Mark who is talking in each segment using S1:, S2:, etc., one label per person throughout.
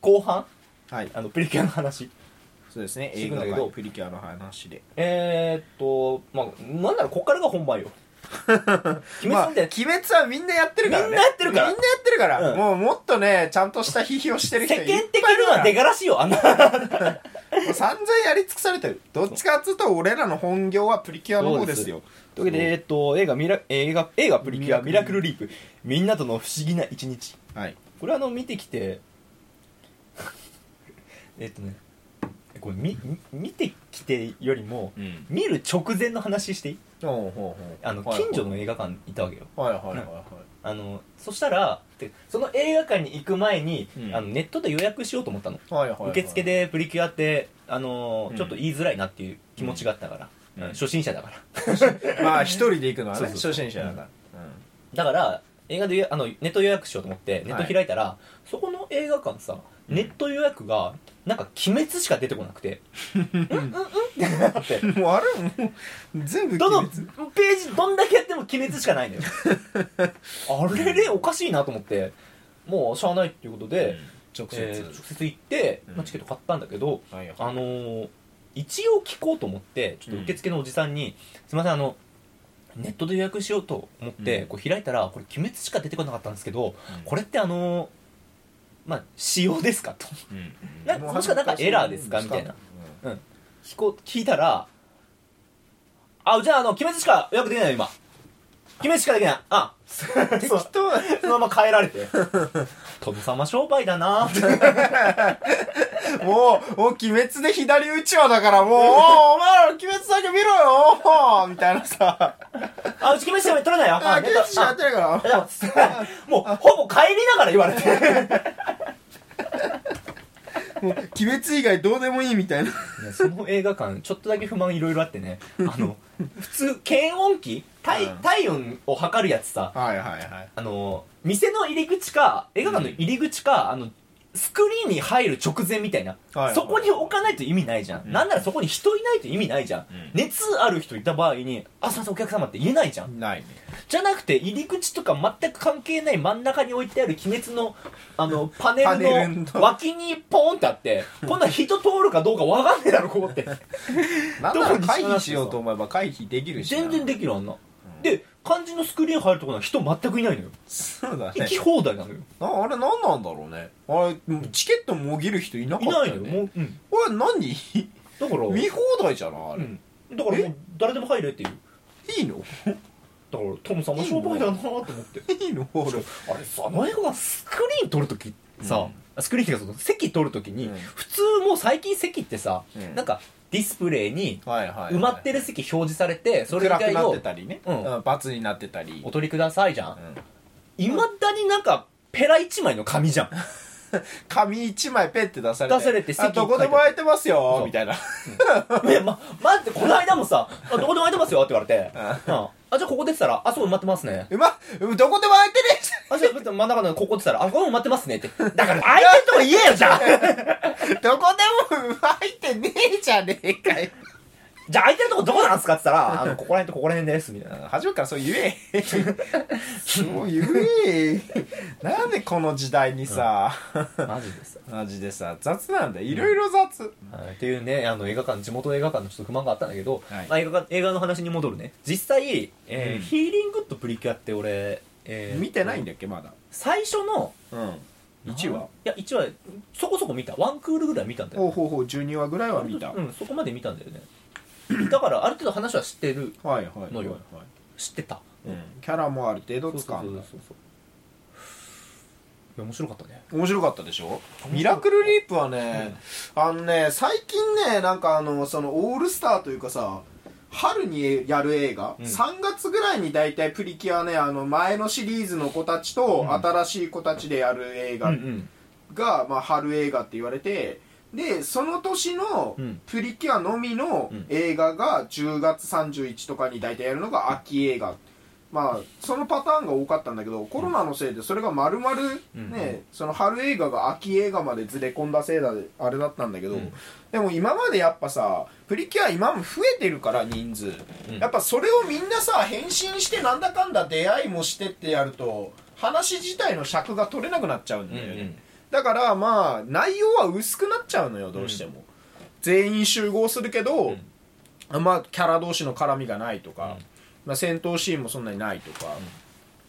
S1: 後半
S2: はい
S1: あのプリキュアの話
S2: そうですね
S1: シ
S2: 映
S1: グナ
S2: 画
S1: ル
S2: とプリキュアの話で
S1: えー、っとまあなんならこっからが本番 よ鬼滅なんて、
S2: まあ、鬼滅はみんなやってるからね
S1: みんなやってるから
S2: みんなやってるから、
S1: うん
S2: もうもっとねちゃんとした批評してる
S1: 世
S2: 人いっぱいい
S1: 間
S2: る
S1: 的には
S2: から
S1: でがらしいよあんな
S2: もう散々やり尽くされてるどっちかっつうと俺らの本業はプリキュアの方ですよ
S1: というわけで、えーっと、映画ミラ、映画、映画プリキュア、ミラクルリープ、みんなとの不思議な一日。
S2: はい
S1: これあの、見てきて、 えーっとね、これ見、み見てきてよりも、
S2: うん
S1: 見る直前の話していい
S2: ほうほうほう
S1: あの、近所の映画館にいたわけよ。
S2: はいはいはいはい
S1: あの、そしたら、てその映画館に行く前に、
S2: うん
S1: あのネットで予約しようと思ったの。
S2: はいはいはい
S1: 受付でプリキュアって、あのー
S2: うん
S1: ちょっと言いづらいなっていう気持ちがあったから、
S2: うん
S1: あの初心者だから。
S2: まあ一人で行くのは
S1: そう
S2: ね
S1: そうそう
S2: 初心者だから
S1: だから映画でゆあのネット予約しようと思ってネット開いたら、そこの映画館さ
S2: うん
S1: ネット予約がなんか「鬼滅」しか出てこなく て「うんうんうん」ってなって
S2: うんもうあれもう全部
S1: どの
S2: 鬼
S1: ペ
S2: 滅
S1: ージどんだけやっても「鬼滅」しか ないのよあれれおかしいなと思ってもうしゃあないっていうことで、
S2: 直接、
S1: えー直接行って、
S2: うん
S1: まあチケット買ったんだけど
S2: はいはい
S1: あのー一応聞こうと思ってちょっと受付のおじさんに「すいませんあのネットで予約しようと思って、
S2: うん
S1: こう開いたらこれ「鬼滅」しか出てこなかったんですけどこれってあのーまあ仕様ですかと
S2: うん、うん
S1: なんかもしくはなんかエラーですかみたいな、聞こ聞いたら「あじゃああの鬼滅しか予約できないよ今鬼滅しかできない あ
S2: うん適当だ
S1: そのまま変えられ て殿様商売だなって
S2: もう、もう鬼滅で左打ちはだ からもう、おーお前ら鬼滅だけ見ろよおーみたいなさ。
S1: あうち鬼滅しか取れないよ
S2: あ、
S1: あ
S2: 鬼滅しかや
S1: あ
S2: ってるから。
S1: でも もうほぼ帰りながら言われて
S2: もう、鬼滅以外どうでもいいみたいな。
S1: その映画館ちょっとだけ不満いろいろあって ねあの普通検温器体
S2: うん
S1: 体温を測るやつさ
S2: はいはいはい。
S1: あの店の入り口か映画館の入り口か、あのスクリーンに入る直前みたいな、
S2: はい
S1: そこに置かないと意味ないじゃん、
S2: うん
S1: なんならそこに人いないと意味ないじゃん、
S2: ん
S1: 熱ある人いた場合に「あすいませんお客様」って言えないじゃん、
S2: ないね。
S1: じゃなくて入り口とか全く関係ない真ん中に置いてある鬼滅のあ のパネ
S2: パネル
S1: ルの
S2: の
S1: 脇にポーンってあってこんなん人通るかどうかわかんねえだろこ こって
S2: なんなら回避しようと思えば回避できるしな。
S1: 全然できるあんな、
S2: うん
S1: で肝心のスクリーン入るとこなんか人全くいないのよ
S2: そうだ
S1: 行
S2: ね
S1: き。放題なのよ
S2: なあれ何なんだろうね。あれ、チケットもぎる人いなか
S1: い
S2: った
S1: ない
S2: よ、
S1: のよ
S2: ね。
S1: もう、うん、
S2: これ何
S1: だから
S2: 見放題じゃないあれ。
S1: うん、だからもう誰でも入れっていう
S2: いいの
S1: だからトムさんも商売だなと思って
S2: いいの
S1: あ
S2: 俺。
S1: れさあの映画館スクリーン撮るときさ、スクリーンっていうかその席撮るときに、
S2: うん
S1: 普通もう最近席ってさ、
S2: うん
S1: なんかディスプレイに
S2: はいはいはい。
S1: 埋まってる席表示されてそれ以
S2: 暗く
S1: 外
S2: なって
S1: を
S2: たりね。
S1: うん
S2: うん。罰になってたり
S1: お。取りくださいじゃん
S2: うん
S1: いま、未だになんかペラ一枚の紙 じゃん
S2: 紙一枚ペッて出されて
S1: 出されて席
S2: あどこでも空いてますよ
S1: そう
S2: みたいな
S1: ねま待ってこの間もさ「あどこでも空いてますよ」って言われて「
S2: うん
S1: ああじゃあここ出てたらあそこ埋まってますね」
S2: うまっどこでも空いてね
S1: あ、じゃあ、真ん中のここって言ったら、あ、これも待ってますねって。だから、空いてるとこ言えよ、じ ゃあ
S2: え じゃんどこでも空いてねえじゃねえかよ
S1: じゃあ、空いてるとこどこなんすかって言ったら、あの、ここら辺とここら辺です、みたいな。
S2: 初めから そう言え そう言えなんでこの時代にさ、
S1: マジです。
S2: マジでさ雑なんだよいろいろ雑、
S1: はい、っていうね、あの、映画館、地元映画館のちょっと不満があったんだけど、
S2: はい
S1: まあ、映画館映画の話に戻るね。実際、えー
S2: うん
S1: ヒーリングとプリキュアって俺、えー
S2: 見てないんだっけまだ
S1: 最初の、
S2: うん1話
S1: いや、1話、そこそこ見た。ワンクールぐらい見たんだよ。
S2: ほうほうほう12話ぐらいは見た、
S1: うん、そこまで見たんだよね。 だから、ある程度話は知ってる、
S2: はいはいはい、
S1: の
S2: はい
S1: よ知ってた。
S2: うん、キャラもある程度つかんだ
S1: そうそうそうそういや面白かったね
S2: 面白かったでしょミラクルリープはね、あのね最近ねなんかあのそのオールスターというかさ春にやる映画、
S1: うん
S2: 3月ぐらいに大体プリキュアねあの前のシリーズの子たちと
S1: うん
S2: 新しい子たちでやる映
S1: う
S2: 画
S1: ん
S2: が、まあ、春映画って言われてでその年の
S1: うん
S2: プリキュアのみの
S1: うん
S2: 映画が10月31とかに大体やるのが秋映画まあそのパターンが多かったんだけどコロナのせいでそれが丸々ね、
S1: うん
S2: その春映画が秋映画までずれ込んだせいだであれだったんだけど、
S1: うん
S2: でも今までやっぱさプリキュア今も増えてるから人数、
S1: うん
S2: やっぱそれをみんなさ変身してなんだかんだ出会いもしてってやると話自体の尺が取れなくなっちゃ
S1: う
S2: うん
S1: んう
S2: だよね、
S1: ん
S2: だからまあ内容は薄くなっちゃうのよどうしても、全員集合するけど、まあキャラ同士の絡みがないとか、
S3: うん
S2: まあ、戦闘シーンもそんなにないとか、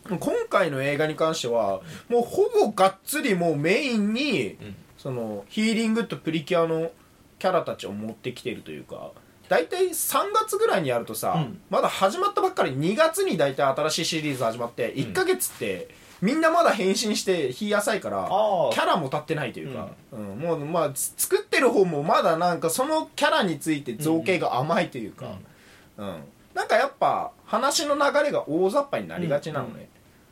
S2: 今回の映画に関してはもうほぼがっつりもうメインに、
S3: ん
S2: そのヒーリングとプリキュアのキャラたちを持ってきてるというか大体3月ぐらいにやるとさ、
S3: うん
S2: まだ始まったばっかり2月に大体新しいシリーズ始まって1ヶ月って、みんなまだ変身して日浅いから
S3: あー
S2: キャラも立ってないというか、うんもうまあつ作ってる方もまだなんかそのキャラについて造形が甘いというか、うんなんかやっぱ話の流れが大雑把になりがちなのね、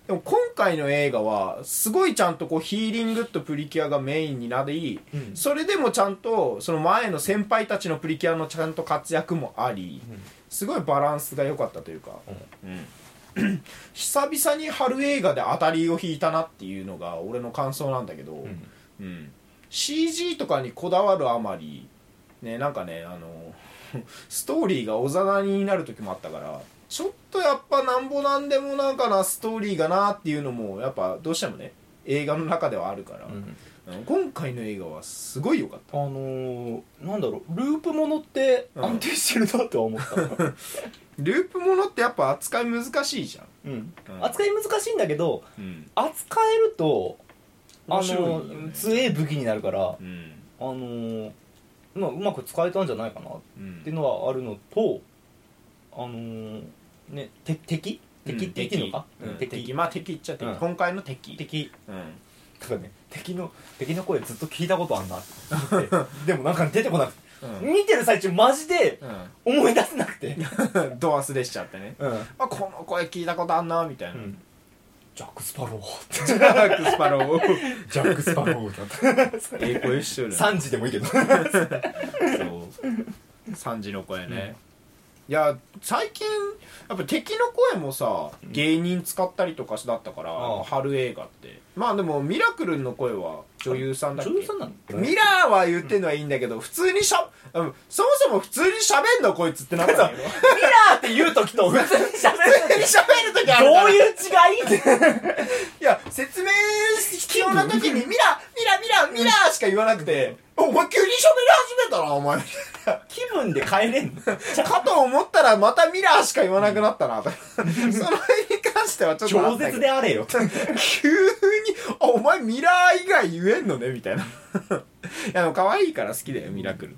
S2: でも今回の映画はすごいちゃんとこうヒーリングとプリキュアがメインになり、
S3: うん
S2: それでもちゃんとその前の先輩たちのプリキュアのちゃんと活躍もあり、
S3: ん
S2: すごいバランスが良かったというか、うん 久々に春映画で当たりを引いたなっていうのが俺の感想なんだけど、
S3: ん
S2: うん CG とかにこだわるあまりねなんかねあの ストーリーがおざなりになる時もあったからちょっとやっぱなんぼなんでもなんかなストーリーがなっていうのもやっぱどうしてもね映画の中ではあるから、
S3: うん
S2: うん今回の映画はすごい良かっ
S1: あのー、なんだろうループものって
S2: うん
S1: 安定してるなとは思った、
S2: たループものってやっぱ扱い難しいじゃ
S1: うん
S2: ん、
S1: 扱い難しいんだけど
S2: い、うん
S1: 扱えるとあ
S2: 面
S1: の
S2: 白いよね
S1: ー強え武器になるから
S2: うん
S1: あのーまあ、うまく使えたんじゃないかなっ
S2: うん
S1: ていうのはあるのとあのーねて敵敵って言っていいのか、
S2: うん
S1: うん
S2: 敵
S1: 敵
S2: まあ敵っちゃ敵、
S1: うん
S2: 今回の敵
S1: 敵
S2: うん
S1: だからね敵の敵の声ずっと聞いたことあんなって思って でもなんか出てこなくて
S2: うん
S1: 見てる最中マジで思い出せなくて
S2: うん ドアスレしちゃってね、
S1: うん、
S2: あ、この声聞いたことあんなみたいな、
S1: ジャック・スパロー
S2: ジャック・スパロー
S1: ジャック・スパローだった
S2: ええ声しとるな
S1: 3時でもいいけど
S2: そう3時の声ね、いや最近やっぱ敵の声もさ芸人使ったりとかだったから、
S1: ああ
S2: 春映画ってまあでもミラクルの声は女優さんだっけ
S1: 女優さんなの
S2: ミラーは言ってんのはいいんだけど、普通にしゃ、うんそもそも普通に喋んのこいつってなったんだけど。
S1: ミラーって言う時と普通に喋
S2: 普通に喋るときあるから
S1: どういう違い
S2: いや、説明必要な 時に、ミラー、ミラー、ミラー、ミラーしか言わなくて、お前急に喋り始めたな、お前。
S1: 気分で変えれんの
S2: かと思ったらまたミラーしか言わなくなった な、とその辺に関してはちょっとあ
S1: 超
S2: ったけ
S1: 絶
S2: ど
S1: であれよ
S2: 急に「あお前ミラー以外言えんのね」みたいな いやでも可愛いから好きだよミラクル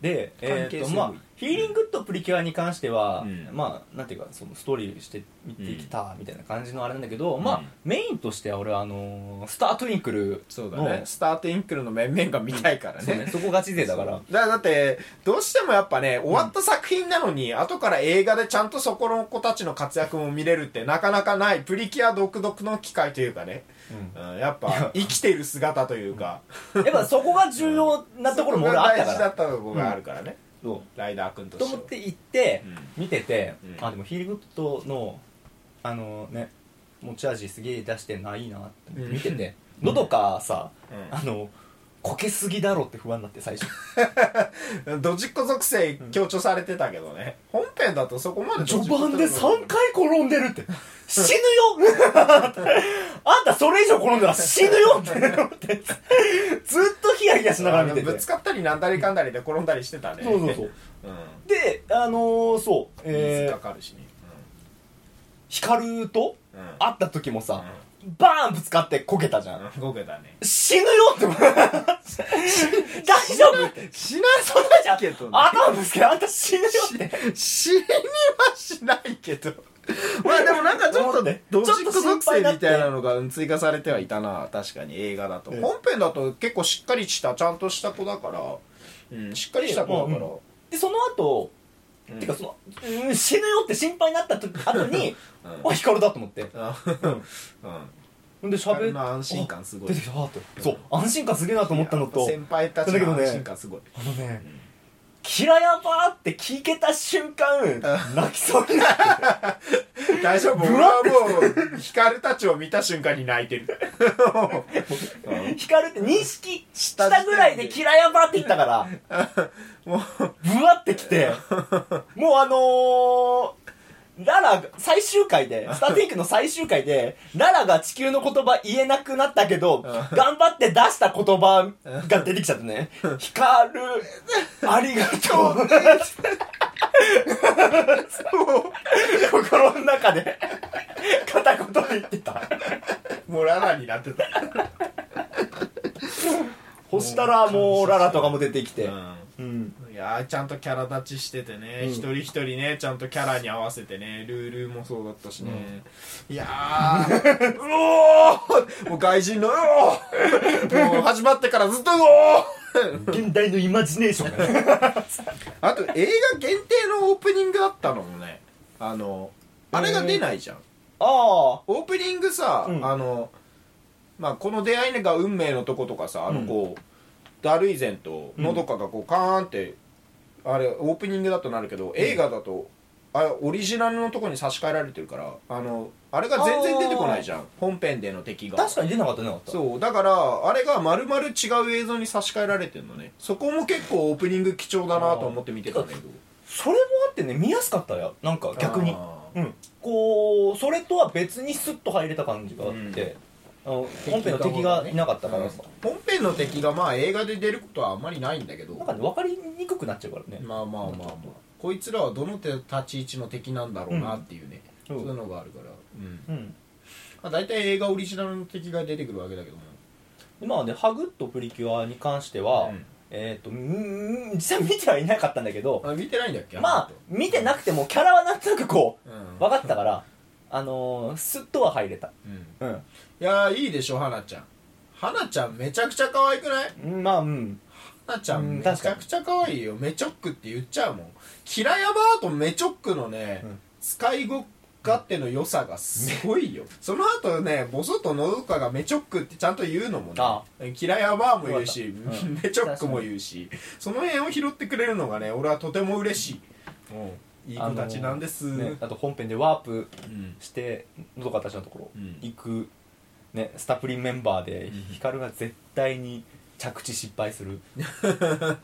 S1: で、え
S2: 関係
S1: ー
S2: 性
S1: と
S2: も
S1: まあ、ヒーリングとプリキュアに関しては、
S2: うん
S1: まあなんていうかそのストーリーして見てきたみたいな感じのあれなんだけど、ま
S2: う
S1: あ
S2: ん
S1: メインとしては俺はあのースター・トゥインクルの
S2: そうだねスタートインクルの面々が見たいから
S1: そうね
S2: ね
S1: そこがち勢だから
S2: だだってどうしてもやっぱね終わった作品なのに、後から映画でちゃんとそこの子たちの活躍も見れるってなかなかないプリキュア独特の機会というかね、うん、やっぱ生きてる姿というか、
S1: やっぱそこが重要なところも俺あったか
S2: そこが大事だ
S1: ら
S2: ったところがあるからね、
S1: そ
S2: ライダー君と
S1: うと
S2: して
S1: 思
S2: は
S1: って行って
S2: うん
S1: 見てて、
S2: うん
S1: あでもヒーリングとのあのね持ち味すげえ出してんないいなって
S2: うん
S1: 見てて、のどかさ、
S2: うん
S1: あのこけすぎだろって不安になって最初
S2: ドジっ子属性強調されてたけどね、 本編だとそこまで
S1: 序盤で3
S2: 回
S1: 回転んでるって死ぬよ あんたそれ以上転んだら死ぬよって思って ずっとヒヤヒヤしながら見てて
S2: ぶつかったりなんだりかんだりで転んだりしてたね
S1: そうそうそう
S2: うん、
S1: であのー、そう
S2: 水
S1: え
S2: か
S1: ー、
S2: かるしね、
S1: 光と
S2: うんうん
S1: 会った時もさ、バーンぶつかってこけたじゃん、
S2: うん動け たね
S1: 死ぬよって思って大丈夫って
S2: 死な
S1: そんなじゃん
S2: けどね
S1: 頭ぶつけてあんた死ぬよって
S2: 死にはしないけど まあでもなんかちょっとね
S1: ちょ
S2: ド
S1: っ
S2: ジ
S1: と
S2: っ子属性みたいなのが追加されてはいたな確かに映画だと、
S1: うん
S2: 本編だと結構しっかりしたちゃんとした子だから、うん、しっかりした子だから、
S1: でその後、
S2: うん
S1: てかその、うん、死ぬよって心配になった時後に、
S2: うん
S1: あ光だと思って
S2: あうん
S1: ほんで喋っ
S2: の安心感すごい
S1: 出てきたーってそう安心感すげえなと思ったのと
S2: 先輩たちの安心感すごい、
S1: あのね「キラヤバー」って聞けた瞬間泣きそうになって
S2: 大丈夫俺はもう光たちを見た瞬間に泣いてる
S1: 光って認識したぐらいで「キラヤバー」って言ったから
S2: もう
S1: ブワってきてもうあのーララ、最終回で、スターティンクの最終回で、ララが地球の言葉言えなくなったけど、頑張って出した言葉が出てきちゃってね。光る、ありがとう。 そう心の中で、片言で言ってた。
S2: もうララになってた、
S1: ほしたらもうララとかも出てきて。うん。
S2: いやーちゃんとキャラ立ちしててね、一人一人ねちゃんとキャラに合わせてねルールもそうだったしね、いやー うおーもう外人のうおーもう始まってからずっとうおー
S1: 現代のイマジネーション。
S2: あと映画限定のオープニングあったのもねあのあれが出ないじゃん
S1: あ
S2: オープニングさ、
S1: うん
S2: あのまあこの出会いが運命のとことかさあのこう、ダルイゼンとのどかがこうカーンってあれオープニングだとなるけど映画だとあれオリジナルのとこに差し替えられてるからあのあれが全然出てこないじゃん本編での敵
S1: あ。
S2: が
S1: 確かに出なかった出なかった。
S2: そうだからあれが丸々違う映像に差し替えられてるのねそこも結構オープニング貴重だなと思って見てたんだけど
S1: それもあってね見やすかったよなんか逆に
S2: あー
S1: うんこうそれとは別にスッと入れた感じがあって、あの本編の敵がいなかったからさ、
S2: 本編の敵がまあ映画で出ることはあんまりないんだけど
S1: なんかね分かりにくくなっちゃうからね、
S2: まあまあまあまあこいつらはどの手立ち位置の敵なんだろうなっていうね、
S1: うん
S2: そういうのがあるから、うん
S1: うん
S2: まあ、大体映画オリジナルの敵が出てくるわけだけども
S1: でまあね「ハグッとプリキュア」に関しては、
S2: うん
S1: えっ、とうーん実際見てはいなかったんだけど
S2: あ見てないんだっけ
S1: まあ見てなくてもキャラはなんとなくこ
S2: あの人
S1: う分かったからあのー、スッとは入れた
S2: うん、うん
S1: うん
S2: いやーいいでしょ花ちゃん花ちゃんめちゃくちゃ可愛くない
S1: うんまあうん
S2: 花ちゃ
S1: うん
S2: んめちゃ
S1: 確かに
S2: くちゃ可愛いよメチョックって言っちゃうもんキラヤバーとメチョックのね、
S1: ん
S2: 使いご勝手の良さがすごいよその後ねボソとのどかがメチョックってちゃんと言うのも
S1: あ
S2: ねキラヤバーも言うし、
S1: そうだったう
S2: メチョックも言うしその辺を拾ってくれるのがね俺はとても嬉しい、いい子たちなんです、
S1: ね、あと本編でワープ
S2: うん
S1: してのどかたちのところ
S2: うん
S1: 行く、ね、スタプリメンバーでヒカルが絶対に着地失敗す るの好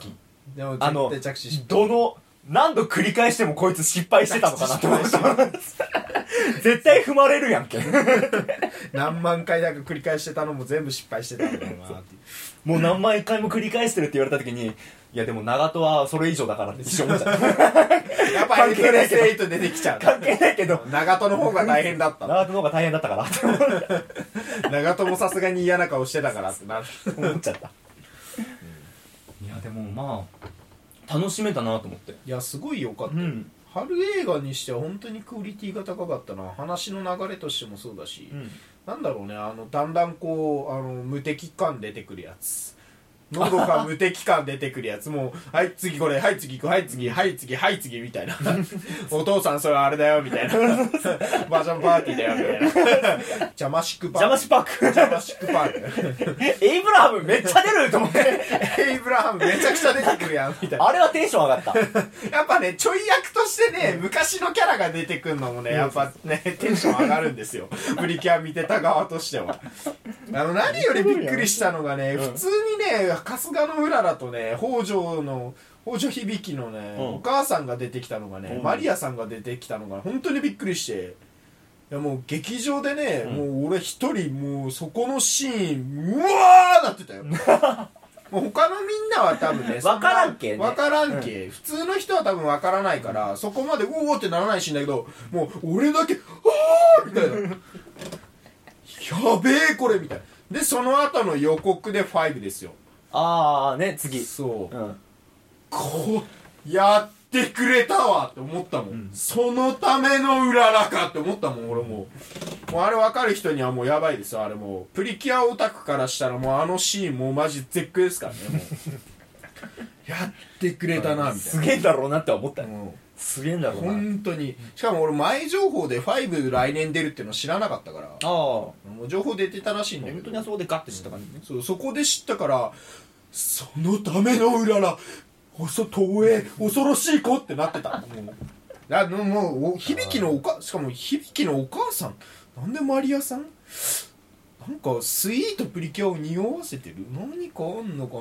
S1: き
S2: でも
S1: あの
S2: 絶対着手し
S1: どの何度繰り返してもこいつ失敗してたのかなと思った絶対踏まれるやんけ
S2: 何万回だか繰り返してたのも全部失敗してたんだろうなっていう
S1: もう何万回も繰り返してるって言われた時にいやでも長門はそれ以上だからって一瞬思っちゃ った
S2: やっぱエントレスエイト出てきちゃう
S1: 関係ないけど
S2: 長門の方が大変だ った
S1: 長門の方が大変だったからって
S2: 長友さすがに嫌な顔してたからってなる
S1: 思っちゃった、いやでもまあ楽しめたなと思って
S2: いやすごい良かったよ、
S1: うん
S2: 春映画にしては本当にクオリティが高かったな話の流れとしてもそうだし、
S1: うん
S2: なんだろうねあのだんだんこうあの無敵感出てくるやつのどか無敵感出てくるやつもうはい次これはい次これはい次はい次はい次みた いなお父さんそれあれだよみた いなバージョンパーティーだよみたいな邪魔しくパ
S1: ジャマ
S2: ー
S1: シパーク
S2: 邪魔しくパーティー
S1: エイブラハムめっちゃ出ると思って
S2: エイブラハムめちゃくちゃ出てくるやんみたいな
S1: あれはテンション上がった
S2: やっぱねちょい役としてね昔のキャラが出てくるのもねやっぱねテンション上がるんですよプリキュア見てた側としてはあの何よりびっくりしたのがね普通にね春日のうららとね北条の北条響のね、
S1: うん
S2: お母さんが出てきたのがね、
S1: うん
S2: マリアさんが出てきたのが本当にびっくりしていやもう劇場でね、もう俺一人もうそこのシーンうわーなって たよもう他のみんなは多分ね
S1: わからんけね
S2: わからんけ、普通の人は多分わからないから、そこまでうおーってならないしんだけどもう俺だけ「あー!」みた いな「やべえこれ」みたいなでその後の予告で5ですよ
S1: ああね次
S2: そう
S1: うん
S2: こうやってくれたわって思ったもん、そのためのうららかって思ったもん俺もうもうあれ分かる人にはもうやばいですよあれもうプリキュアオタクからしたらもうあのシーンもうマジ絶句ですからねも うやってくれたなみたい
S1: すげえんだろうなって思った
S2: な、もう
S1: すげえんだろうな
S2: 本当にしかも俺前情報で5来年出るっていうの知らなかったから
S1: ああ本
S2: もう情報出てたらしいんだけ
S1: 当
S2: ど
S1: にあそこでガッて知った感じね
S2: そうそこで知ったからそのためのうららおそ東映恐ろしい子ってなってたもうあのもうお響きのおかしかも響きのお母さんなんでマリアさんなんかスイートプリキュアを匂わせてる何かあんのかな、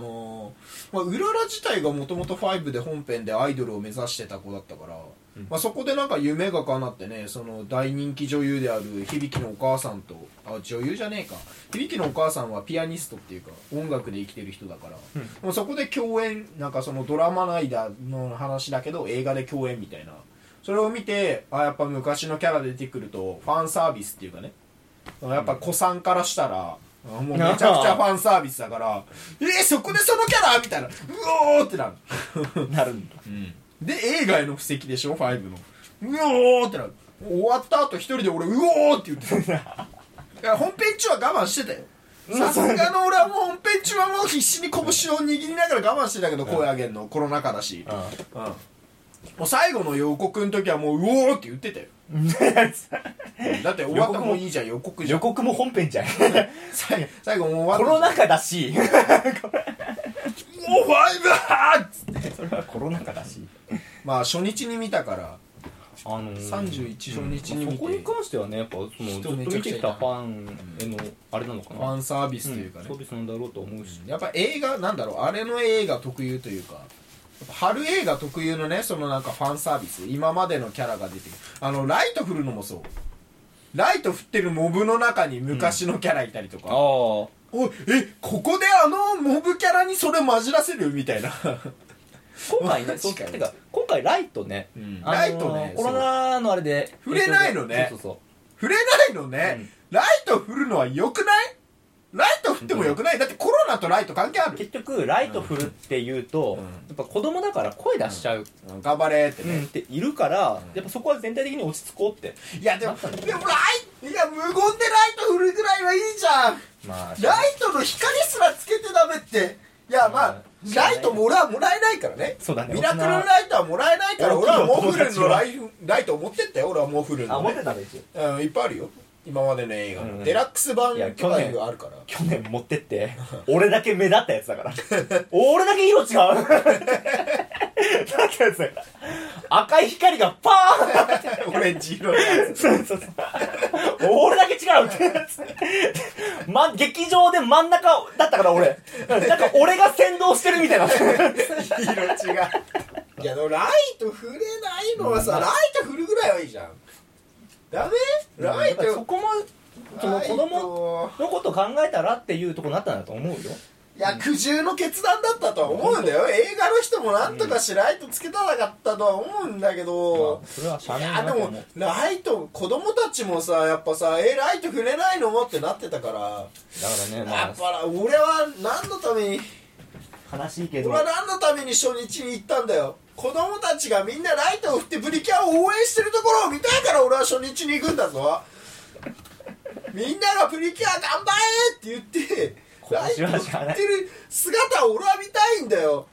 S2: まあ、うらら自体がもともと5で本編でアイドルを目指してた子だったから、まあ、そこでなんか夢が叶ってねその大人気女優である響のお母さんとあ女優じゃねえか響のお母さんはピアニストっていうか音楽で生きてる人だから、もうそこで共演なんかそのドラマの間の話だけど映画で共演みたいなそれを見てあやっぱ昔のキャラ出てくるとファンサービスっていうかねやっぱ子さんからしたら、あもうめちゃくちゃファンサービスだから、えー、そこでそのキャラみたいな、うおーってなる。
S4: なるんだ
S2: で、映画への布石でしょ、5の。うおーってなる。終わった後一人で俺、うおーって言ってた。いや本編中は我慢してたよ。さすがの俺はもう本編中はもう必死に拳を握りながら我慢してたけど、声上げるの、コロナ禍だし。うんもう最後の予告の時はもう、うおーって言ってたよ。だって終わったらもういいじゃん、予告じゃ
S4: 予
S2: ん。
S4: 告も本編 じゃん
S2: 最最後もう終
S4: コ
S2: わった
S4: ロナ禍だし
S2: もうファイブだっつって
S4: それはコロナ禍だし
S2: まあ初日に見たから
S4: あのー
S2: 31初日に
S1: そ
S2: 見
S1: こに
S2: て、フ
S1: 関してはねやっぱそのずっと
S2: 人め
S1: 見
S2: ちゃ
S1: て
S2: くちゃい
S1: き
S2: た
S1: たファンへのあれなのかな
S2: ァンサービ
S1: う
S2: ス
S1: ん
S2: というかね、
S1: そうですなんだろうと思うし
S2: やっぱ映画なんだろうあれの映画特有というかやっぱ春映画特有のねそのなんかファンサービス今までのキャラが出てくるあのライト振るのもそうライト振ってるモブの中に昔のキャラいたりと
S1: ああ
S2: か、おいえここであのモブキャラにそれ混じらせるみたいな
S1: 今回ね
S2: 確か
S1: そ
S2: に
S1: うてか今回ライトね
S2: うん
S1: あのー
S2: ライトね
S1: コロナのあれで
S2: 触れないのね
S1: そうそうそう
S2: 触れないのね、ライト振るのは良くないライト振っても良くないだってコロナとライト関係ある
S1: 結局ライト振るっていうと、
S2: うん
S1: やっぱ子供だから声出しちゃう、
S2: うん頑張れって
S1: うん
S2: ね、
S1: っているから、やっぱそこは全体的に落ち着こうって
S2: いやでも
S1: なったんだ
S2: でもライいや無言でライト振るぐらいはいいじゃん
S1: まあ
S2: ライトの光すらつけてダメっていやまあ
S1: うん
S2: ライトもらはもらえないからね
S1: そうだね
S2: ミラクルライトはもらえないから俺
S1: 大きい
S2: は
S1: お
S2: モ
S1: 友
S2: フルン
S1: 達
S2: の
S1: は
S2: ライフライトを持ってったよ俺はモフルン
S4: あ
S2: の、
S4: 持って
S2: ね、
S4: たんですよ
S2: うんいっぱいあるよ今までの映画の、
S1: うん
S2: デラックス版
S1: いや
S2: とかい
S1: 去
S2: う
S1: 年
S2: あるから
S4: 去年持ってって俺だけ目立ったやつだから 俺だけ色違うだったやつだから赤い光がパーン
S2: オレンジ色のやつ
S4: そうそうそう俺だけ違うってやつ、ま、劇場で真ん中だったから俺なんか俺が先導してるみたいな
S2: 色違ういやでもライト振れないのはさ、ライト振るぐらいはいいじゃんダメライ
S1: だからそ
S2: ト
S1: こもその
S2: ライ
S1: 子
S2: ト
S1: 供のこと考えたらっていうとこになったんだと思うよ
S2: いや苦渋の決断だったとは思うんだよ映画の人もなんとかしライトつけたかったとは思うんだけど
S1: まあ、それはしゃあ
S2: い
S1: ない
S2: や
S1: な
S2: で
S1: と思
S2: も
S1: う
S2: ライト子供たちもさやっぱさ「えライト触れないの?」ってなってたから
S1: だからねま
S2: や
S1: あ
S2: っぱ俺は何のために
S4: 悲しいけ
S2: 俺
S4: ど
S2: は何のために初日に行ったんだよ子供たちがみんなライトを振ってプリキュアを応援してるところを見たいから俺は初日に行くんだぞみんながプリキュア頑張れって言って
S4: 今
S2: ライ
S4: 年
S2: ト
S4: は
S2: を
S4: しゃ
S2: 振
S4: あ
S2: っ
S4: ない
S2: てる姿を俺は見たいんだよ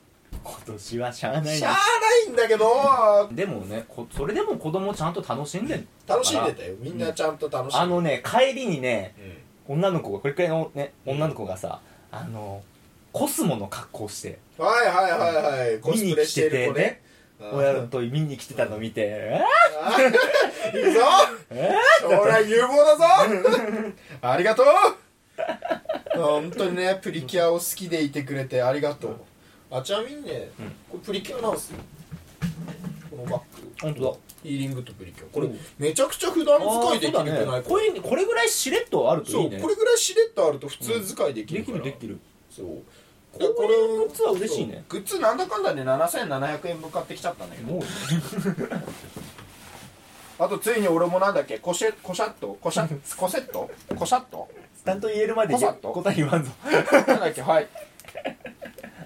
S4: 今年はしゃあない
S2: しゃ
S4: な
S2: あないんだけど
S1: でもねこそれでも子供ちゃんと楽しんでんだから
S2: 楽しんでたよみんなちゃんと楽しんでた
S4: あのね帰りにね
S2: うん
S4: 女の子がこれくらいのね女の子がさあのコスモの格好して
S2: はいはいはいはいコスプレしてる子ねうん
S4: 親と見に来てたの見てえ
S2: あいいぞ
S4: ーえ
S2: 将来有望だぞありがとう本当にねプリキュアを好きでいてくれてありがとうあちなみにね、これプリキュアなんですよこのバッグ
S1: ー本当だ
S2: ヒーリングとプリキュアこれ
S1: うん
S2: めちゃくちゃ普段
S1: あ
S2: 使い
S1: ー
S2: で
S1: そ
S2: き
S1: う
S2: るじゃ
S1: だ
S2: ない
S1: ね
S2: こ
S1: こ
S2: れ
S1: れこれぐらいしれっとあると
S2: そ
S1: いいうね
S2: これぐらいしれっとあると普通使いでき
S1: で
S2: る
S1: き
S2: から、
S1: るできる
S2: そう
S1: こういう
S2: だから
S1: グッズは嬉しいね
S2: そうグッズなんだかんだで7700円分買ってきちゃったんだけど
S1: もう
S2: あとついに俺もなんだっけコシェコシャットコシャコセットコシャット
S4: ちゃんと言えるまで
S2: コ
S4: 言
S2: サ
S4: え
S2: ッと
S4: 答え言わんぞ
S2: なんだっけはい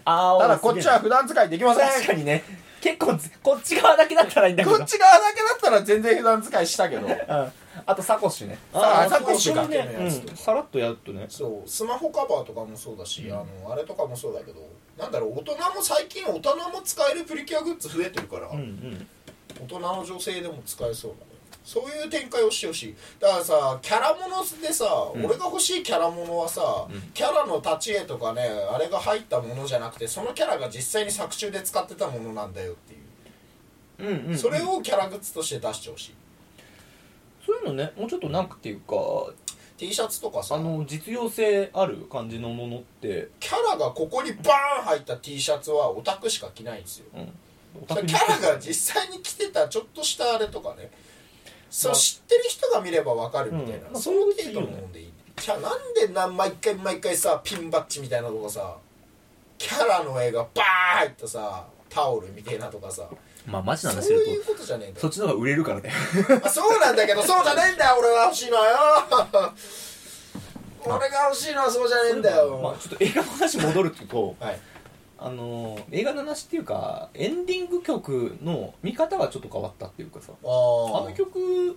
S4: あー
S2: ただこっちは普段使いできません
S4: 確かにね結構ずこっち側だけだったらいいんだけど
S2: こっち側だけだったら全然普段使いしたけど
S4: うんあとサコッシュね
S2: あ
S1: ー
S2: サコッシュ
S1: そうそれ
S2: だけのやつ
S1: ねうんさらっとやるとね
S2: そうスマホカバーとかもそうだし、あのあれとかもそうだけどなんだろう大人も最近大人も使えるプリキュアグッズ増えてるから、
S1: うんうん
S2: 大人の女性でも使えそうだねそういう展開をしてほしいだからさキャラものでさ、俺が欲しいキャラものはさ、キャラの立ち絵とかねあれが入ったものじゃなくてそのキャラが実際に作中で使ってたものなんだよっていう、
S1: うんうん
S2: それをキャラグッズとして出してほしい
S1: そういうのねもうちょっとなんかっていうか
S2: T シャツとかさ
S1: あの実用性ある感じのものって、
S2: キャラがここにバーン入った T シャツはオタクしか着ないんですよ
S1: うん、
S2: キャラが実際に着てたちょっとしたあれとかねそう、
S1: まあ
S2: 知ってる人が見ればわかるみたいな、
S1: うんまあ
S2: その程度のもんでいいじゃあなんでな毎回毎回さピンバッジみたいなとかさキャラの絵がバーン入ったさタオルみたいなとかさ
S5: まあマジな
S2: そう
S5: 話する
S2: いうことじゃねえん
S5: と
S2: だ
S5: そ
S2: よ
S5: っちの方が売れるからね
S2: あそうなんだけどそうじゃねえんだよ俺が欲しいのはよ俺が欲しいのはそうじゃねえんだよ、
S1: まあ、ちょっと映画の話戻ると
S2: はい
S1: あの映画の話っていうかエンディング曲の見方がちょっと変わったっていうかさ
S2: あ
S1: あ
S2: ー
S1: の曲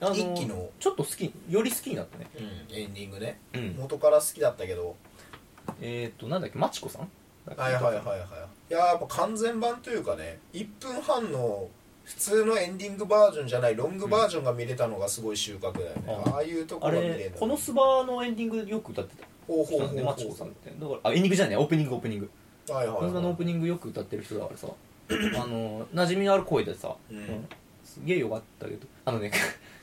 S1: あの
S2: 一気の
S1: ちょっと好きより好きになったね
S2: うんエンディングね
S1: うん
S2: 元から好きだったけど
S1: えっ、となんだっけマチコさん
S2: はいはいはいはいいやーやっぱ完全版というかね1分半の普通のエンディングバージョンじゃないロングバージョンが見れたのがすごい収穫だよね、
S1: うん
S2: ああいうとこ
S1: あ
S2: ろが見れ
S1: れ
S2: る
S1: このスバのエンディングよく歌ってた
S2: ほうほ
S1: 人な
S2: うほうんほ
S1: で
S2: う
S1: マチコさんってだからあエンディングじゃないオープニングオープニング
S2: はいはい
S1: このスバのオー
S2: は
S1: プニングよく歌ってる人だ からさあの馴染みのある声でさ、
S2: うん
S1: すげえよかったけどあのね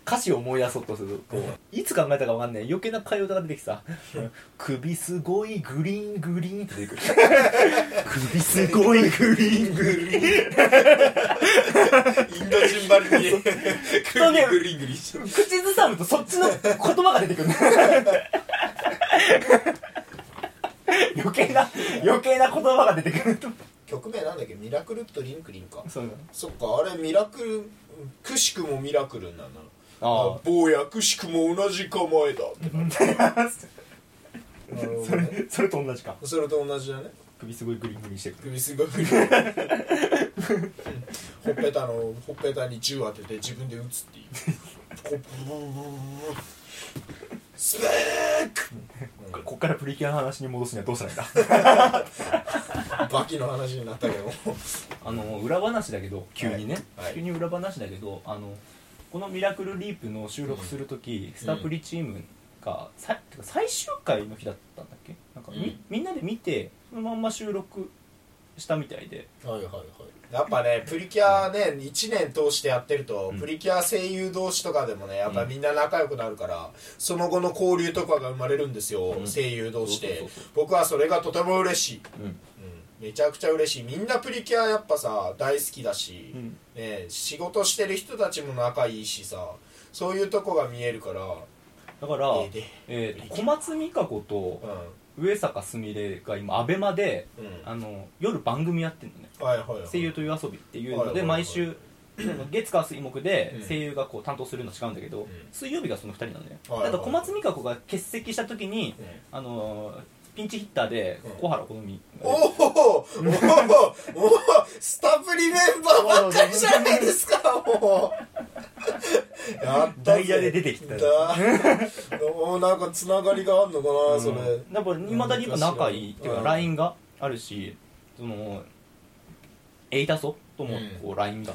S1: 歌詞を思い出そうとするとこういつ考えたかわかんない余計な替え歌が出てきて さ「首すごいグリーングリーン」って出てく る首すごいグリーングリーン
S2: いインド人ばりに
S1: 人ね
S2: グリングリしてる
S1: 口ずさむとそっちの言葉が出てくる 余計な余計な言葉が出てくると
S2: 曲名なんだっけミラクルとリンクリンか
S1: そうなの
S2: そっかあれミラクルくしくもミラクルになんだな
S1: ああ
S2: 坊やくしくも同じ構えだってななるほ
S1: そ
S2: どね
S1: れそれと同じか
S2: それと同じだね
S1: 首すごいグリングリンしてくる
S2: 首すごい ほっぺたのほっぺたに銃当てて自分で撃つっていうこうスペーク
S1: こっからプリキュアの話に戻すにはどうしたらいいんだ
S2: バキの話になったけど
S1: あの裏話だけど急にね、
S2: はいはい
S1: 急に裏話だけどあのこの「ミラクルリープ」の収録する時、スタプリチームがさてか最終回の日だったんだっけなんかみ,、
S2: うん
S1: ん、みんなで見てそのまんま収録したみたいで
S2: はいはいはいやっぱねプリキュアね1年通してやってると、
S1: うん
S2: プリキュア声優同士とかでもねやっぱみんな仲良くなるからその後の交流とかが生まれるんですよ、
S1: うん
S2: 声優同士で
S1: そうそう
S2: 僕はそれがとても嬉しい、
S1: うん
S2: うん、めちゃくちゃ嬉しいみんなプリキュアやっぱさ大好きだし、
S1: うん
S2: ね、仕事してる人たちも仲いいしさそういうとこが見えるから
S1: だから、
S2: ええで
S1: えーと小松美香子と
S2: う
S1: 上坂すみれが今アベマで
S2: んうん
S1: あの夜番組やってるのね
S2: はいはいはい
S1: 声優という遊びっていうの
S2: はいはい
S1: で
S2: はい
S1: 毎 週なんか月火水木で
S2: うん
S1: 声優がこう担当するの違うんだけど
S2: ん
S1: 水曜日がその2人なのね
S2: はいはいは
S1: ないんか小松美香子が欠席した時に
S2: うん
S1: あのーピンチヒッターで
S2: うん
S1: 小原好み
S2: おおおーおーおースタプリメンバーばっかりじゃないですかもうやったぜ
S1: ダイヤで出てきたよ
S2: だおーなんかつながりがあんのかな、それ
S1: だからいまだにやっぱ仲いいっていう
S2: う
S1: か
S2: ん
S1: LINE があるしそのエイタソとも
S2: うん
S1: こう LINE が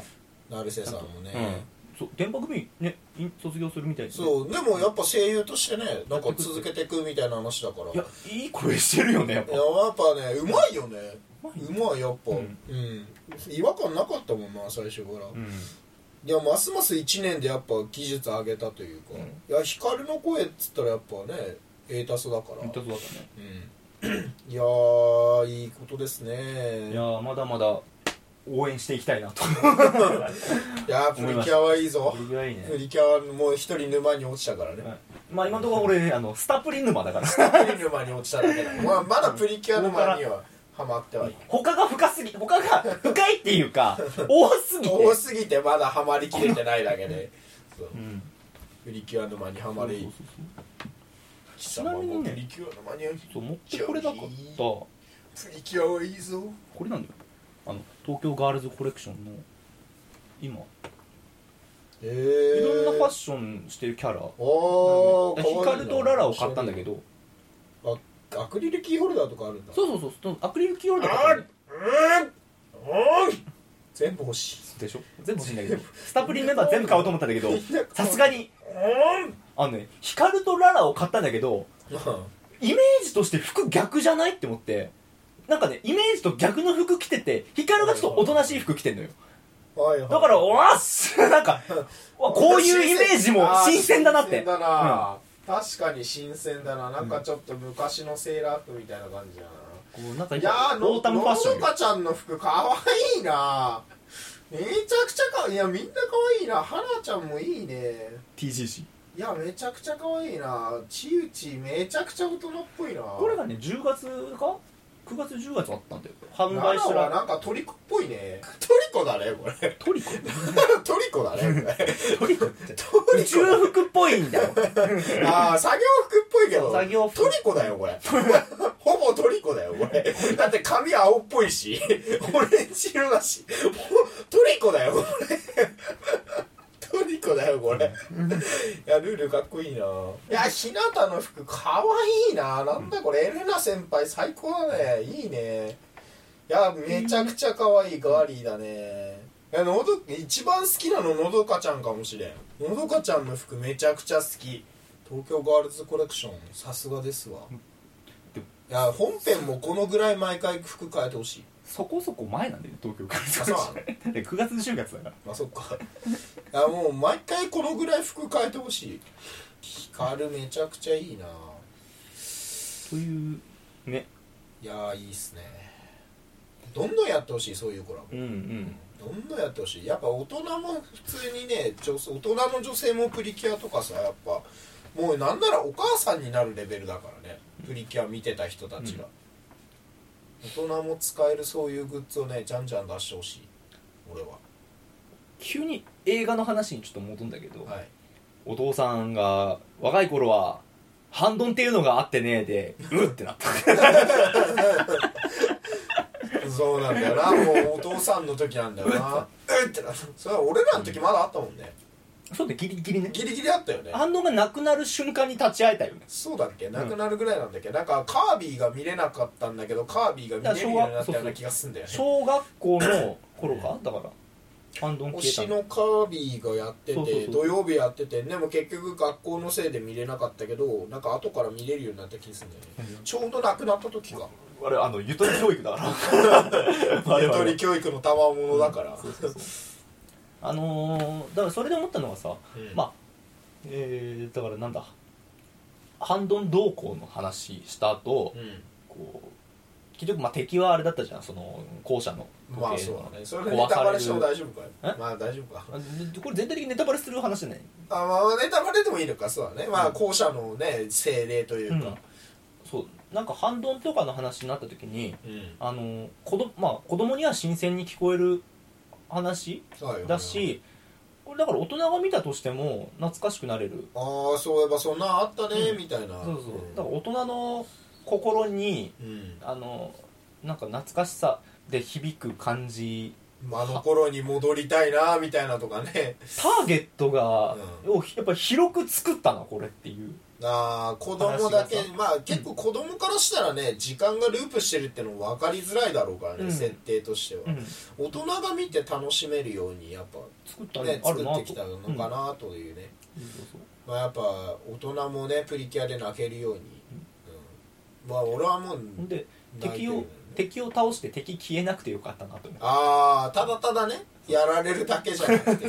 S2: 成瀬さんもね、
S1: うんそう電波組ねい卒業するみたいですね
S2: そうでもやっぱ声優としてねなんか続けていくみたいな話だから
S1: いやいい声してるよねやっぱ
S2: いややっぱねうまいよね
S1: うまいう
S2: まいやっぱう
S1: うんん、
S2: 違和感なかったもんな最初から、
S1: うん
S2: いやますます1年でやっぱ技術上げたという
S1: う
S2: か、
S1: ん
S2: いや光の声っつったらやっぱね A タスだから
S1: 本当そうだったね
S2: うん、いやーいいことですね
S1: いやーまだまだ応援していきたいなと
S2: いやープリキュアはいいぞ
S1: それぐらいね
S2: プリキュアはもう一人沼に落ちたからね
S1: まあ今のところ俺あのスタプリ沼だから
S2: 一人 沼に落ちただけだ、まあ、まだプリキュア沼にはハマってはいない
S1: 他が深すぎ他が深いっていうか多すぎて
S2: 多すぎてまだハマりきれてないだけでそう
S1: うん
S2: プリキュア沼にハマり貴
S1: ちなみにね
S2: プリキュア沼には
S1: そう持ってこれなかったこ
S2: プリキュアはいいぞ
S1: れなんだよあの東京ガールズコレクションの今
S2: え
S1: いろんなファッ
S2: シ
S1: ションしてるキャラ
S2: おー
S1: ヒカルとララを買ったんだけ
S2: ど
S1: ど
S2: アクリルキーホルダーとかあるんだ
S1: そううそうそうそのアクリルキーホルダー買っ
S2: あ
S1: た
S2: ー
S1: の
S2: う
S1: ね
S2: んうん全部欲しい
S1: でしょ全部欲しいんだけどスタプリメンバー全部買おうと思ったんだ けどさすがに
S2: う
S1: あのねヒカルとララを買ったんだけど
S2: ん
S1: イメージとして服逆じゃないって思ってなんかねイメージと逆の服着ててヒカルがちょっとおとなしい服着てんのよ
S2: はいはい
S1: だ からおわっすなんかわこういうイメージも新鮮だなっ
S2: 新鮮
S1: て
S2: だな確かに新鮮だななんかちょっと昔のセーラー服みたいな感じだな、
S1: こうなんか
S2: いやーの
S1: オータムファッション
S2: の
S1: よ
S2: どかちゃんの服かわいいなめちゃくちゃかわいいいやみんなかわいいなはなちゃんもいいね
S4: TGC
S2: いやめちゃくちゃかわいいなちうちめちゃくちゃ大人っぽいな
S1: これがね10月か9月10月あったんだよ販売
S2: 奈
S1: した
S2: 良は
S1: ら
S2: なんかトリコっぽいね
S4: トリコだねこれ
S1: トリコ
S2: トリコだねこれ
S1: トリコって
S2: ト
S1: 宇宙服っぽいんだよ
S2: ああ作業服っぽいけど
S1: 作業服
S2: トリコだよこれ ほぼトリコだよこれだって髪青っぽいしオレンジ色だしほトリコだよこれトリコだよこれいやルールかっこいいないや日向の服かわいいななんだこれエレナ先輩最高だねいいねいやめちゃくちゃ可愛いガーリーだねいやのど一番好きなののどかちゃんかもしれんのどかちゃんの服めちゃくちゃ好き東京ガールズコレクションさすがですわ
S1: でも
S2: いや本編もこのぐらい毎回服変えてほしい
S1: そこそこ前なんだよね東京から
S2: あそうな の
S1: だって9月10月だから
S2: まあそ っかいやもう毎回このぐらい服変えてほしいヒカルめちゃくちゃいいな
S1: というね
S2: いやーいいっすねどんどんやってほしいそういうコラボ
S1: うんうん
S2: どんどんやってほしいやっぱ大人も普通にね女性大人の女性もプリキュアとかさやっぱもうなんならお母さんになるレベルだからねプリキュア見てた人たちが、大人も使えるそういうグッズをねじゃんじゃん出してほしい俺は
S1: 急に映画の話にちょっと戻るんだけど、
S2: はい
S1: お父さんが若い頃は「ハンドンっていうのがあってね」で 「うっ」ってなった
S2: そうなんだよなもうお父さんの時なんだよな うってなそれは俺らの時まだあったもんね
S1: そうでギリギリね
S2: ギリギリあったよね
S1: ハンドンがなくなる瞬間に立ち会えたよね
S2: そうだっけなくなるぐらいなんだっけ、なんかカービィが見れなかったんだけどカービィが見れるようになったような気がすんだよね
S1: 小学校の頃かだからハンドン
S2: 推
S1: 消
S2: し
S1: えたの
S2: のカービィがやってて
S1: そうそうそう
S2: 土曜日やっててでも結局学校のせいで見れなかったけどなんか後から見れるようになった気がするんだよね、ちょうどなくなった時が
S1: あれあのゆとり教育だから
S2: ゆとり教育の賜物だから、
S1: あのー、だからそれで思ったのがさ、
S2: うん
S1: まあえー、だからなんだハンドン同行の話した後、
S2: うん
S1: こう結局まあ敵はあれだったじゃんその校舎の
S2: まあ
S1: 時計
S2: そう
S1: の
S2: だねそれネタバレしても
S1: 壊され
S2: 大
S1: る
S2: 丈夫か
S1: え
S2: よまあ大丈夫か
S1: あでこれ全体的にネタバレする話じゃない
S2: あまあネタバレでもいいのかそうだねまあ校舎のね精霊というか
S1: そうなんかハンドンとかの話になった時に
S2: うん
S1: あの子ど、まあ、子供には新鮮に聞こえる話
S2: そうよ
S1: だしこれだから大人が見たとしても懐かしくなれる
S2: ああそういえばそんなんあったね
S1: うん
S2: みたいな
S1: そうそうだから大人の心に
S2: うん
S1: あのなんか懐かしさで響く感じ
S2: まああの頃に戻りたいなみたいなとかね
S1: ターゲットが、をやっぱ広く作ったなこれっていう
S2: あー子供だけ
S1: 話がさ
S2: まあ結構子供からしたらね時間がループしてるってのも分かりづらいだろうからね、
S1: うん
S2: 設定としては、大人が見て楽しめるようにやっ
S1: 作った
S2: ぱ
S1: の
S2: ね
S1: あ
S2: 作
S1: る
S2: っ
S1: な
S2: てきたのかなというね、
S1: うんそうそう
S2: まあやっぱ大人もねプリキュアで泣けるように、うんまあ俺はもう
S1: ほんで
S2: 泣
S1: 敵
S2: いてるよ
S1: を
S2: ね
S1: 敵を倒して敵消えなくてよかったなと思って
S2: ああただただねやられるだけじゃな くて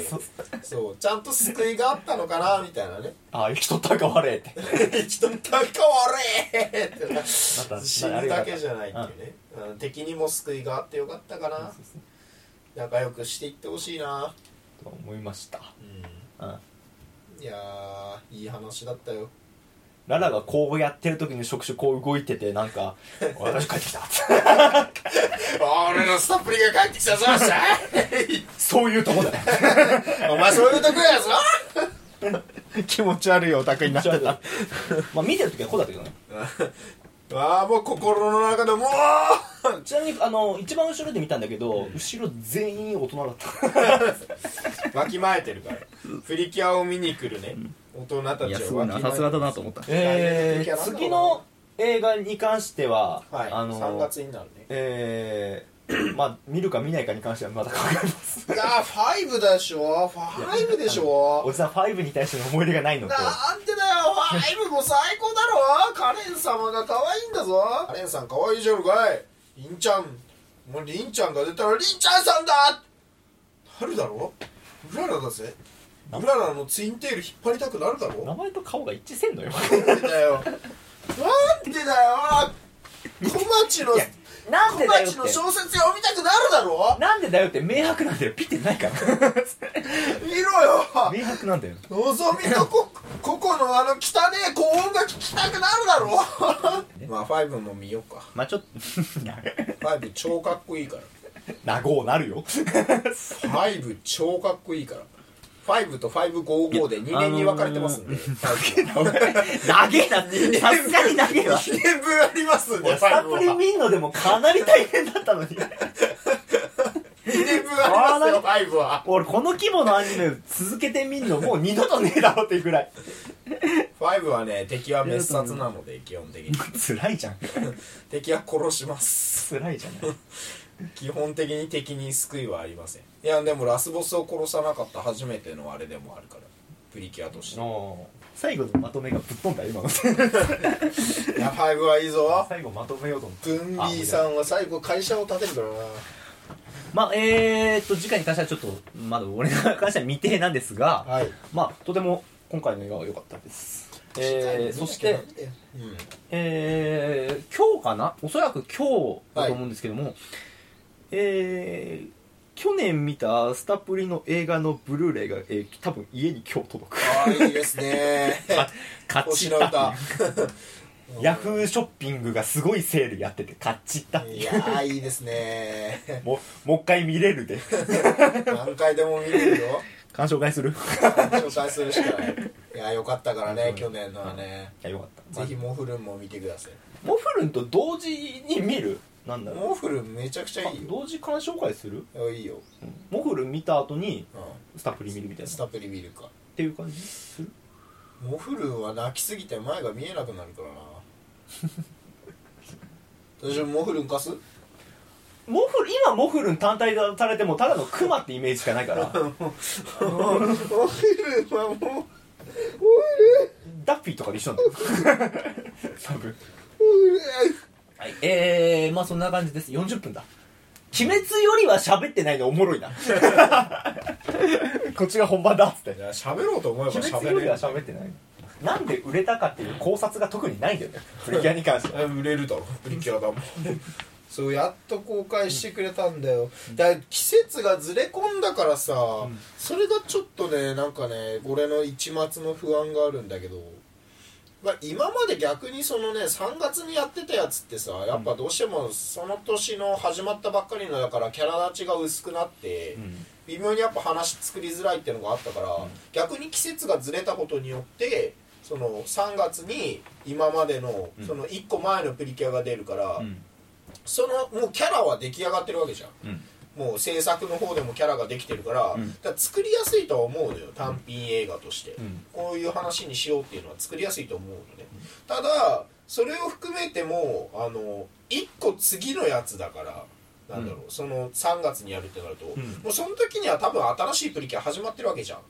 S2: そうちゃんと救いがあったのかなみたいなね
S1: ああ生きとったか悪いって
S2: 生きとったか悪いってな
S1: た
S2: 死ぬだけじゃないっていうね、うん敵にも救いがあってよかったかな
S1: そうそう
S2: 仲良くしていってほしいな、
S1: そうと思いました、うん、
S2: いやーいい話だったよ
S1: ララがこうやってる時に触手こう動いててなんか 「私帰ってきた」
S2: あー俺のスタップリが帰ってきたぞよっしゃ
S1: そういうとこだ よ
S2: お前そういうとこやぞ 気持ち悪いオタクに
S1: まあ見てる時はこうだったけどね
S2: ああもう心の中でもう
S1: ちなみにあの一番後ろで見たんだけど、後ろ全員大人だった
S2: わきまえてる からプリキュアを見に来るね大人たちを
S6: いやすごいな
S2: わきま
S6: さすがだなと思った
S1: えー、次の映画に関しては、
S2: はい、
S1: あ
S2: 3
S1: の
S2: 月になるね
S1: えー、まあ見るか見ないかに関してはまだ考えます
S2: いやーファイブでしょファイブでしょ
S1: おじさん5に対しての思い入れがないのと
S2: なんでだよファイブも最高だろカレン様が可愛いんだぞカレンさん可愛いじゃろかいりんちゃんもうりんちゃんが出たらりんちゃんさんだなるだろうららだぜ
S6: うららのツインテール引っ張りたくなるだろ
S1: 名前と顔が一致せんのよ
S6: なんでだよなんでだよ小町の
S1: なん
S6: 小
S1: でだよっ
S6: 町
S1: て
S6: の小説読みたくなるだろ
S1: なんでだよって明白なんだよピッてないから
S6: 見ろよ
S1: 明白なんだよ
S6: のぞみとこここのあの汚え高音が聞きたくなるだろ
S2: まあ5も見ようか
S1: まあちょっとな
S2: 5超かっこいいから
S1: なごうなるよ
S2: 5超かっこいいから5と555で2年に分かれてますんで、
S1: なげえなさすがになげえわ
S2: 2年分ありますんで
S4: スタプリ
S2: 2
S4: 見んのでもかなり大変だったのに
S2: 年分ありますよ5は
S4: 俺この規模のアニメ続けて見んのもう二度とねえだろっていうぐらい
S2: 5はね敵は滅殺なので基本的に
S4: 辛いじゃん
S2: 敵は殺します
S4: 辛いじゃない
S2: 基本的に敵に救いはありませんいやでもラスボスを殺さなかった初めてのあれでもあるからプリキュアとして
S4: 最後のまとめがぶっ飛んだ今の
S2: いや5はいい ぞ
S4: 最後まとめようと思って
S6: ブンビーさんは最後会社を建てるからな
S1: まあえー、っと次回に関してはちょっとまだ俺に関しては未定なんですが、
S6: はい
S1: まあとても今回の映画は良かったですえー、そして、えー、今日かなおそらく今日だと思うんですけども、えー、去年見たスタプリの映画のブルーレイが、えー多分家に今日届く
S2: ああいいです ね
S1: 勝
S2: 星の歌
S1: ヤフーショッピングがすごいセールやってて買っちった
S6: いやーいいですね
S1: もうもう一回見れる で
S2: 何回でも見れるよ
S1: 鑑賞会 するい
S2: 紹介するしかないいやよかったからね去年のはね
S1: やよかった
S2: ぜひモフルンも見てください
S1: モフルンと同時に見るなんだろ
S2: モフルンめちゃくちゃいいう
S1: 同時鑑賞会する
S2: よいいよ、
S1: モフルン見た後に
S2: う
S1: スタプリ見るみたい
S2: ん、
S1: な
S2: ス
S1: っ
S2: タプリ見るか
S1: ていう感じする
S2: モフルンは泣きすぎて前が見えなくなるからな大丈夫モフルン貸す
S1: モフル今モフルン単体がされてもただのクマってイメージしかないから
S6: モフルンはもう
S1: ダッフィーとかで一緒なんだよ 多分はいえー、まあそんな感じです40分だ
S4: 鬼滅よりは喋ってないのおもろ いなこっちが本番だっつって
S2: いや喋ろうと思えば
S1: 鬼滅
S2: 喋
S1: よ
S2: れ
S1: り
S2: る
S1: は喋ってないなんで売れたかっていう考察が特にないんだよねプリキュアに関しては
S2: え売れるだろプリキュアだもんそうやっと公開してくれたんだよだから季節がずれ込んだからさ、それがちょっとねなんかね俺の一末の不安があるんだけど、まあ、今まで逆にそのね3月にやってたやつってさやっぱどうしてもその年の始まったばっかりのだからキャラ立ちが薄くなって、微妙にやっぱ話作りづらいっていうのがあったから、逆に季節がずれたことによってその3月に今までの
S1: うん
S2: その1個前のプリキュアが出るから、
S1: うん
S2: そのもうキャラは出来上がってるわけじゃん
S1: うん
S2: もう制作の方でもキャラができてるから,、
S1: うん
S2: だから作りやすいとは思うのよ単品映画として、
S1: うん
S2: こういう話にしようっていうのは作りやすいと思うのねただそれを含めてもあの1個次のやつだからなんだろう、その3月にやるってなると、
S1: ん
S2: もうその時には多分新しいプリキュア始まってるわけじゃん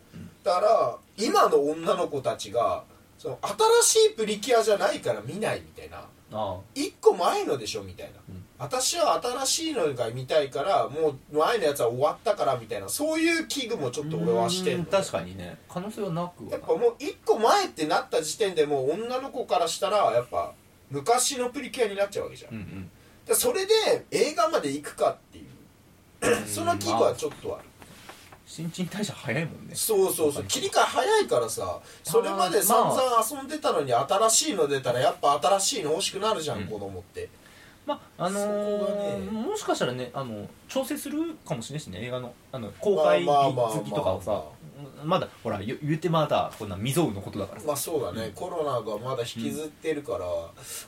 S2: だから今の女の子たちがその新しいプリキュアじゃないから見ないみたいな
S1: あ
S2: 1個前のでしょみたいな、
S1: うん
S2: 私は新しいのが見たいからもう前のやつは終わったからみたいなそういう危惧もちょっと俺はしてんのね
S1: 確かにね可能性はなくはな
S2: やっぱもう1個前ってなった時点でもう女の子からしたらやっぱ昔のプリキュアになっちゃうわけじゃん、
S1: うんう
S2: だか
S1: ん
S2: らそれで映画まで行くかっていうその危惧はちょっとある
S1: 新陳代謝早いもんね
S2: そうそうそう切り替え早いからさそれまで散々遊んでたのに新しいの出たらやっぱ新しいの欲しくなるじゃん、
S1: うん
S2: 子供って
S1: まああの
S2: そこが
S1: ー
S2: ね
S1: もしかしたらねあの調整するかもしれないしね映画のあの公開日
S2: まあまあまあまあ
S1: 付きとかをさまだほらゆ言ってまだこんな未曾有のことだからさ
S2: まあそうだね、コロナがまだ引きずってるから、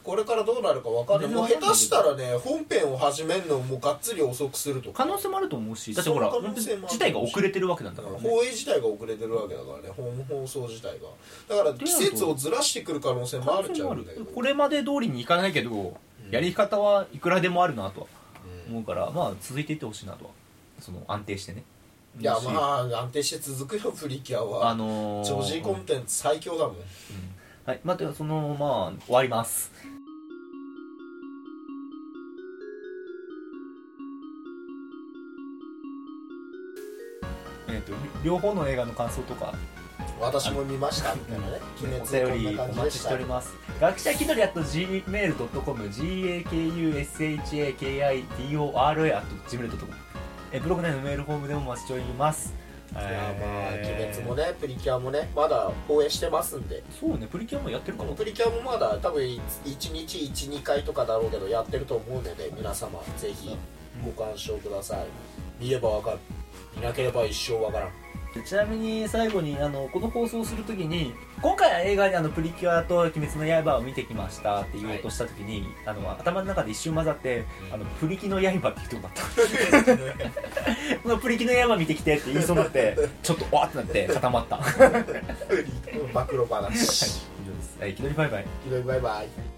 S2: これからどうなるか分かんない
S1: ね
S2: もう下手したらね本編を始めるのをもうがっつり遅くするとか
S1: 可能性もあると思うしだってほら
S2: その可能性もある
S1: 自体が遅れてるわけなんだからね
S2: 放映自体が遅れてるわけだからね本放送自体がだから季節をずらしてくる可能性もあ
S1: 可
S2: るっ
S1: 能
S2: ち
S1: 性も
S2: ゃう
S1: あ
S2: んだけど
S1: るこれまで通りにいかないけど、やり方はいくらでもあるなとは
S2: うん
S1: 思うからまあ続いていってほしいなとはその安定してね
S2: いや
S1: し
S2: まあ安定して続くよプリキュア
S1: あ
S2: は
S1: のー
S2: 女児コンテンツ最強だもん
S1: はいまあではそのまあ終わりますえー、と両方の映画の感想とか
S2: 私も見ましたみたいなね「鬼
S1: お
S2: 滅」こ
S1: 便
S2: ん
S1: り
S2: な
S1: お
S2: 感じで
S1: 待ち
S2: し
S1: したております学者気取り at gmail.com gakushakidora at gmail.com えブログ内のメールフォームでもお待ちしておりますい
S2: いやまあ「鬼滅」もねプリキュアもねまだ放映してますんで
S1: そうねプリキュアもやってるか
S2: こ
S1: も
S2: のプリキュアもまだ多分1日12回とかだろうけどやってると思うので皆様ぜひご鑑賞ください見ればわかる見なければ一生わからん
S1: ちなみに最後にあのこの放送するときに今回は映画にあのプリキュアと「鬼滅の刃」を見てきましたって言おうとしたときに、あの頭の中で一瞬混ざって「あのプリキの刃」って言うとこだ ったこのプリキの刃見てきてって言いそうになってちょっとわーってなって固まった以
S2: 暴露話
S1: 上ですはいいきなりバイバイ
S2: ひどいバイバイ